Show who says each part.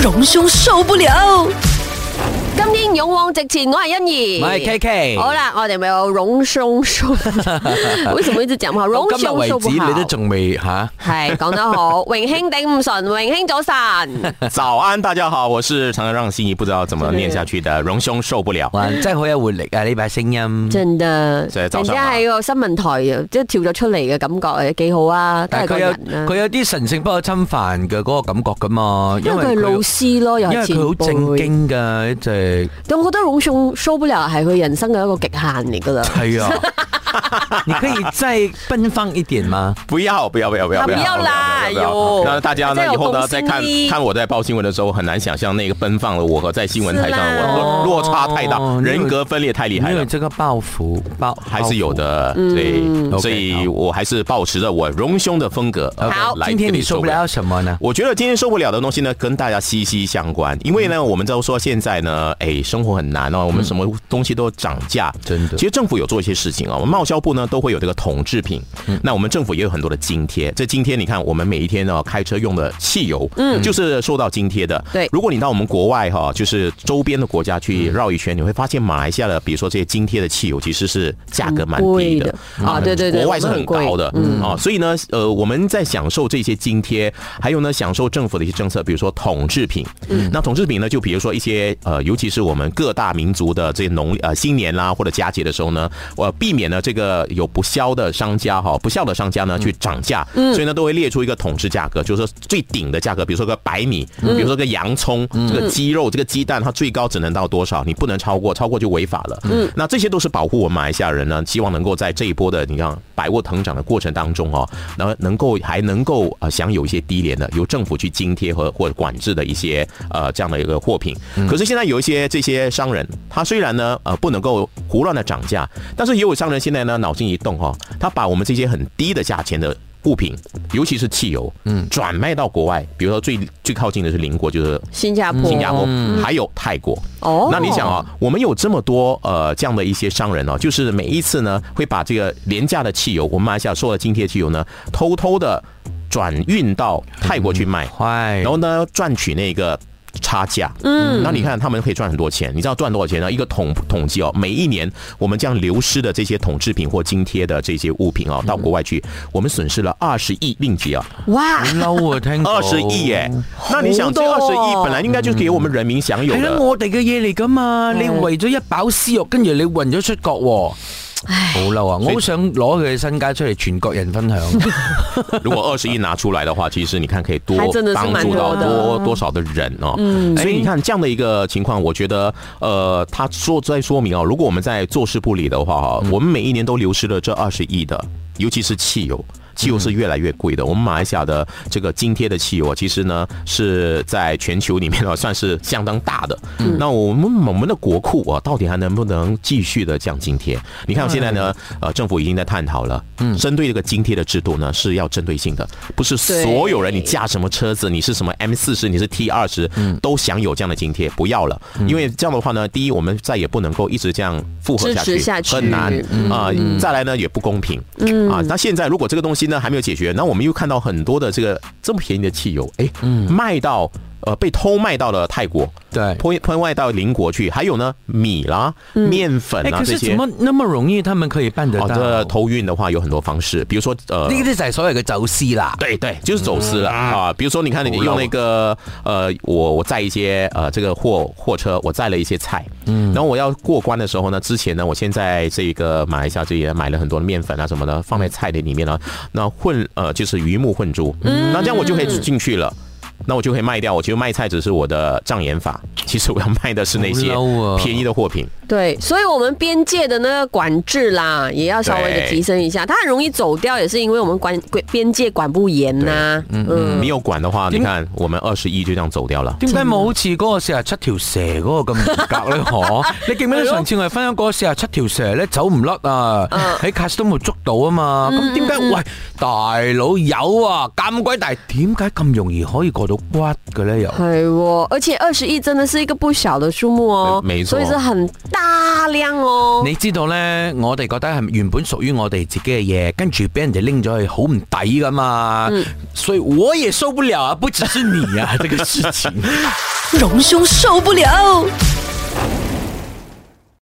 Speaker 1: 榮兄受不了。
Speaker 2: 今天勇往直前，我係欣怡，
Speaker 3: 我係 KK
Speaker 2: 好啦，我哋咪有榮兄受， 為什麼一直講唔好？榮
Speaker 3: 今日
Speaker 2: 兄
Speaker 3: 為
Speaker 2: 受
Speaker 3: 止，
Speaker 2: 不好
Speaker 3: 你都。仲未吓？
Speaker 2: 係講得好， 榮兄頂唔順，榮兄早晨。
Speaker 4: 早安，大家好，我是常常让心仪不知道怎么念下去的榮兄受不了。
Speaker 3: 哇，真係好有活力啊！呢把聲音，
Speaker 2: 真嘅，
Speaker 4: 即係
Speaker 2: 突然
Speaker 4: 早
Speaker 2: 之
Speaker 4: 上
Speaker 2: 間
Speaker 4: 啊
Speaker 2: 喺個新聞台即係跳咗出嚟嘅感覺，誒幾好啊，都
Speaker 3: 但
Speaker 2: 係
Speaker 3: 係
Speaker 2: 個
Speaker 3: 佢有
Speaker 2: 人啊
Speaker 3: 佢，有啲神聖不可侵犯嘅嗰個感覺噶嘛，
Speaker 2: 因為佢係老師咯，又
Speaker 3: 因為
Speaker 2: 係前
Speaker 3: 佢好正
Speaker 2: 輩。
Speaker 3: 經㗎，一直
Speaker 2: 但我覺得榮兄受不了係佢人生嘅一個極限嚟㗎啦。
Speaker 3: 係啊。你可以再奔放一點嗎？
Speaker 4: 不要不要不要不要
Speaker 2: 啊不要啦
Speaker 4: 不要不要
Speaker 2: 哎呦
Speaker 4: 那大家
Speaker 2: 大
Speaker 4: 呢
Speaker 2: 家有
Speaker 4: 以后呢
Speaker 2: 公
Speaker 4: 在
Speaker 2: 信
Speaker 4: 看
Speaker 2: 力
Speaker 4: 看我在报新闻的时候，很难想象那个奔放的我和在新闻台上
Speaker 2: 是
Speaker 4: 的
Speaker 2: 啦
Speaker 4: 我落落差太大
Speaker 3: 哦，你有
Speaker 4: 人格分裂太厉害
Speaker 3: 因為
Speaker 4: 了。
Speaker 3: 這個報復報
Speaker 4: 还是有。的，对，所
Speaker 3: OK，
Speaker 4: 以
Speaker 3: 好
Speaker 4: 我还是保持着我荣兄的风格。
Speaker 3: 報復 OK，
Speaker 4: 来
Speaker 3: 今
Speaker 4: 给
Speaker 3: 天你受
Speaker 4: 受
Speaker 3: 不了什麼呢？
Speaker 4: 我觉得今天受不了的东西呢，跟大家息息相关。因为呢，我们都说现在呢，哎，生活很难哦，我们什么东西都涨价，
Speaker 3: 真的
Speaker 4: 其实政府有做一些事情啊、我们贸销部呢都会有这个统制品，那我们政府也有很多的津贴。这津贴你看，我们每一天呢开车用的汽油，嗯，就是受到津贴的。
Speaker 2: 对
Speaker 4: 如果你到我们国外哈、就是周边的国家去绕一圈，你会发现马来西亚的，比如说这些津贴的汽油，其实是价格蛮低的
Speaker 2: 很贵的啊对对对
Speaker 4: 国外是
Speaker 2: 我们很
Speaker 4: 很高的，
Speaker 2: 贵嗯
Speaker 4: 啊，所以呢，呃，我们在享受这些津贴，还有呢，享受政府的一些政策，比如说统制品。嗯，那统制品呢，就比如说一些呃，尤其是我们各大民族的这些农呃新年啦或者佳节的时候呢，呃，避免呢这个有不肖的商家哈，不肖的商
Speaker 2: 嗯
Speaker 4: 家呢去涨价，所以呢都会列出一个统制价格，就是说最顶的价格，比如说个白米，
Speaker 2: 嗯
Speaker 4: 比如说个洋葱，这个鸡肉，这个鸡蛋，它最高只能到多少，你不能超过，超过就违法了。嗯，那这些都是保护我们马来西亚人呢，希望能够在这一波的你看百货腾涨的过程当中哦，然后能够还能够呃享有一些低廉的由政府去津贴和或者管制的一些呃这样的一个货品。可是现在有一些这些商人，他虽然呢呃不能够胡乱的涨价，但是也有商人现在呢脑筋一动哦，他把我们这些很低的价钱的。物品，尤其是汽油，嗯，转卖到国外，比如说最最靠近的是邻国，就是
Speaker 2: 新加
Speaker 3: 嗯
Speaker 2: 坡，
Speaker 4: 新加坡，还有泰国。
Speaker 2: 哦
Speaker 4: 那你想啊，我们有这么多呃这样的一些商人哦，就是每一次呢会把这个廉价的汽油，我们马来西亚说的津贴汽油呢，偷偷的转运到泰国去卖，
Speaker 3: 坏
Speaker 2: 嗯
Speaker 4: 然后呢赚取那个。差价，嗯，那你看他们可以赚很多钱，你知道赚多少钱呢？一个统统计哦，每一年我们这样流失的这些统制品或津贴的这些物品
Speaker 2: 嗯
Speaker 4: 哦，到国外去，我们损失了二十亿令吉啊，
Speaker 2: 哇，
Speaker 3: 嬲啊！聽
Speaker 4: 二十亿耶！那你想这
Speaker 2: 哦好
Speaker 4: 二
Speaker 2: 多
Speaker 4: 十
Speaker 2: 哦
Speaker 4: 亿本来应该就是给我们人民享有
Speaker 3: 係啦，
Speaker 4: 的，
Speaker 3: 啊
Speaker 4: 嗯
Speaker 3: 我哋嘅嘢嚟噶嘛，你為咗一飽私欲，跟住你運咗出國喎，好嬲啊！我好想攞佢嘅身家出嚟，全國人 分享。
Speaker 4: 如果二十亿拿出来的话，其实你看可以多
Speaker 2: 还真的是
Speaker 4: 帮
Speaker 2: 蛮
Speaker 4: 助
Speaker 2: 多
Speaker 4: 到
Speaker 2: 的
Speaker 4: 多多少的人哦。所以你看这样的一个情况，我觉得呃，他说在说明哦，如果我们在坐视不理的话哈、我们每一年都流失了这二十亿的，尤其是汽油。汽油是越来越贵的，我们马来西亚的这个津贴的汽油啊，其实呢是在全球里面啊 算是相当大的。那我们我们的国库啊，到底还能不能继续的降津贴？你看现在呢，呃，政府已经在探讨了，针对这个津贴的制度呢是要针对性的，不是所有人
Speaker 2: 对
Speaker 4: 你驾什么车子，你是什么 M 四十，你是 T 二十，
Speaker 2: 嗯
Speaker 4: 都享有这样的津贴，不要了，因为这样的话呢，第一，我们再也不能够一直这样复合
Speaker 2: 支持下去嗯
Speaker 4: 很难啊、再来呢，也不公平，啊。那现在如果这个东西呢还没有解决，那我们又看到很多的这个这么便宜的汽油，哎，
Speaker 2: 嗯
Speaker 4: 卖到呃被偷卖到了泰国，
Speaker 3: 對。
Speaker 4: 偷偷卖到邻国去，还有呢米啦、
Speaker 2: 嗯
Speaker 4: 面粉
Speaker 3: 哎，
Speaker 4: 啊
Speaker 3: 可
Speaker 4: 这
Speaker 3: 是怎。
Speaker 4: 些
Speaker 3: 么那么容易他们可以办得
Speaker 4: 哦，
Speaker 3: 到？
Speaker 4: 这
Speaker 3: 呢
Speaker 4: 偷运的话有很多方式，比如说呃，
Speaker 3: 啲就係所謂嘅走私啦。
Speaker 4: 对对，就是走私了、啊！比如说，你看你
Speaker 3: 好
Speaker 4: 用
Speaker 3: 老
Speaker 4: 那个呃，我我载一些呃这个货货车，我载了一些菜，嗯，然后我要过关的时候呢，之前呢，我先在这个马来西亚这里买了很多的面粉啊什么的，放在菜的里面呢，那混呃就是鱼目混珠，那这样我就可以进去了。那我就可以卖掉，我其实卖菜只是我的障眼法，其实我要卖的是那些
Speaker 3: 好 low 啊
Speaker 4: 便宜的货品。
Speaker 2: 对，所以我们边界的那个管制啦，也要稍微的
Speaker 4: 对
Speaker 2: 提升一下。它很容易走掉，也是因为我们管管边界管不严呐、嗯，
Speaker 4: 你有管的话，你看我们二十一就这样走掉了。
Speaker 3: 點解冇好似嗰個四十七條蛇嗰個咁嚴 格咧？嗬，你記唔記得上次我哋分享嗰個四十七條蛇咧走唔甩啊？
Speaker 4: 嗯
Speaker 3: 喺 custom 度捉到啊嘛。咁點解喂大佬有啊咁鬼大？點解咁容易可以過到骨嘅咧？又
Speaker 2: 哎系、而且二十亿真的是一个不小的数目哦，
Speaker 4: 没没错
Speaker 2: 所以是很大量哦。
Speaker 3: 你知道呢，我哋覺得係原本屬於我哋自己嘅嘢，跟住俾人哋拎咗去，好唔抵噶嘛。所以我也受不了啊，不只是你啊，這個事情。
Speaker 1: 隆兄受不了。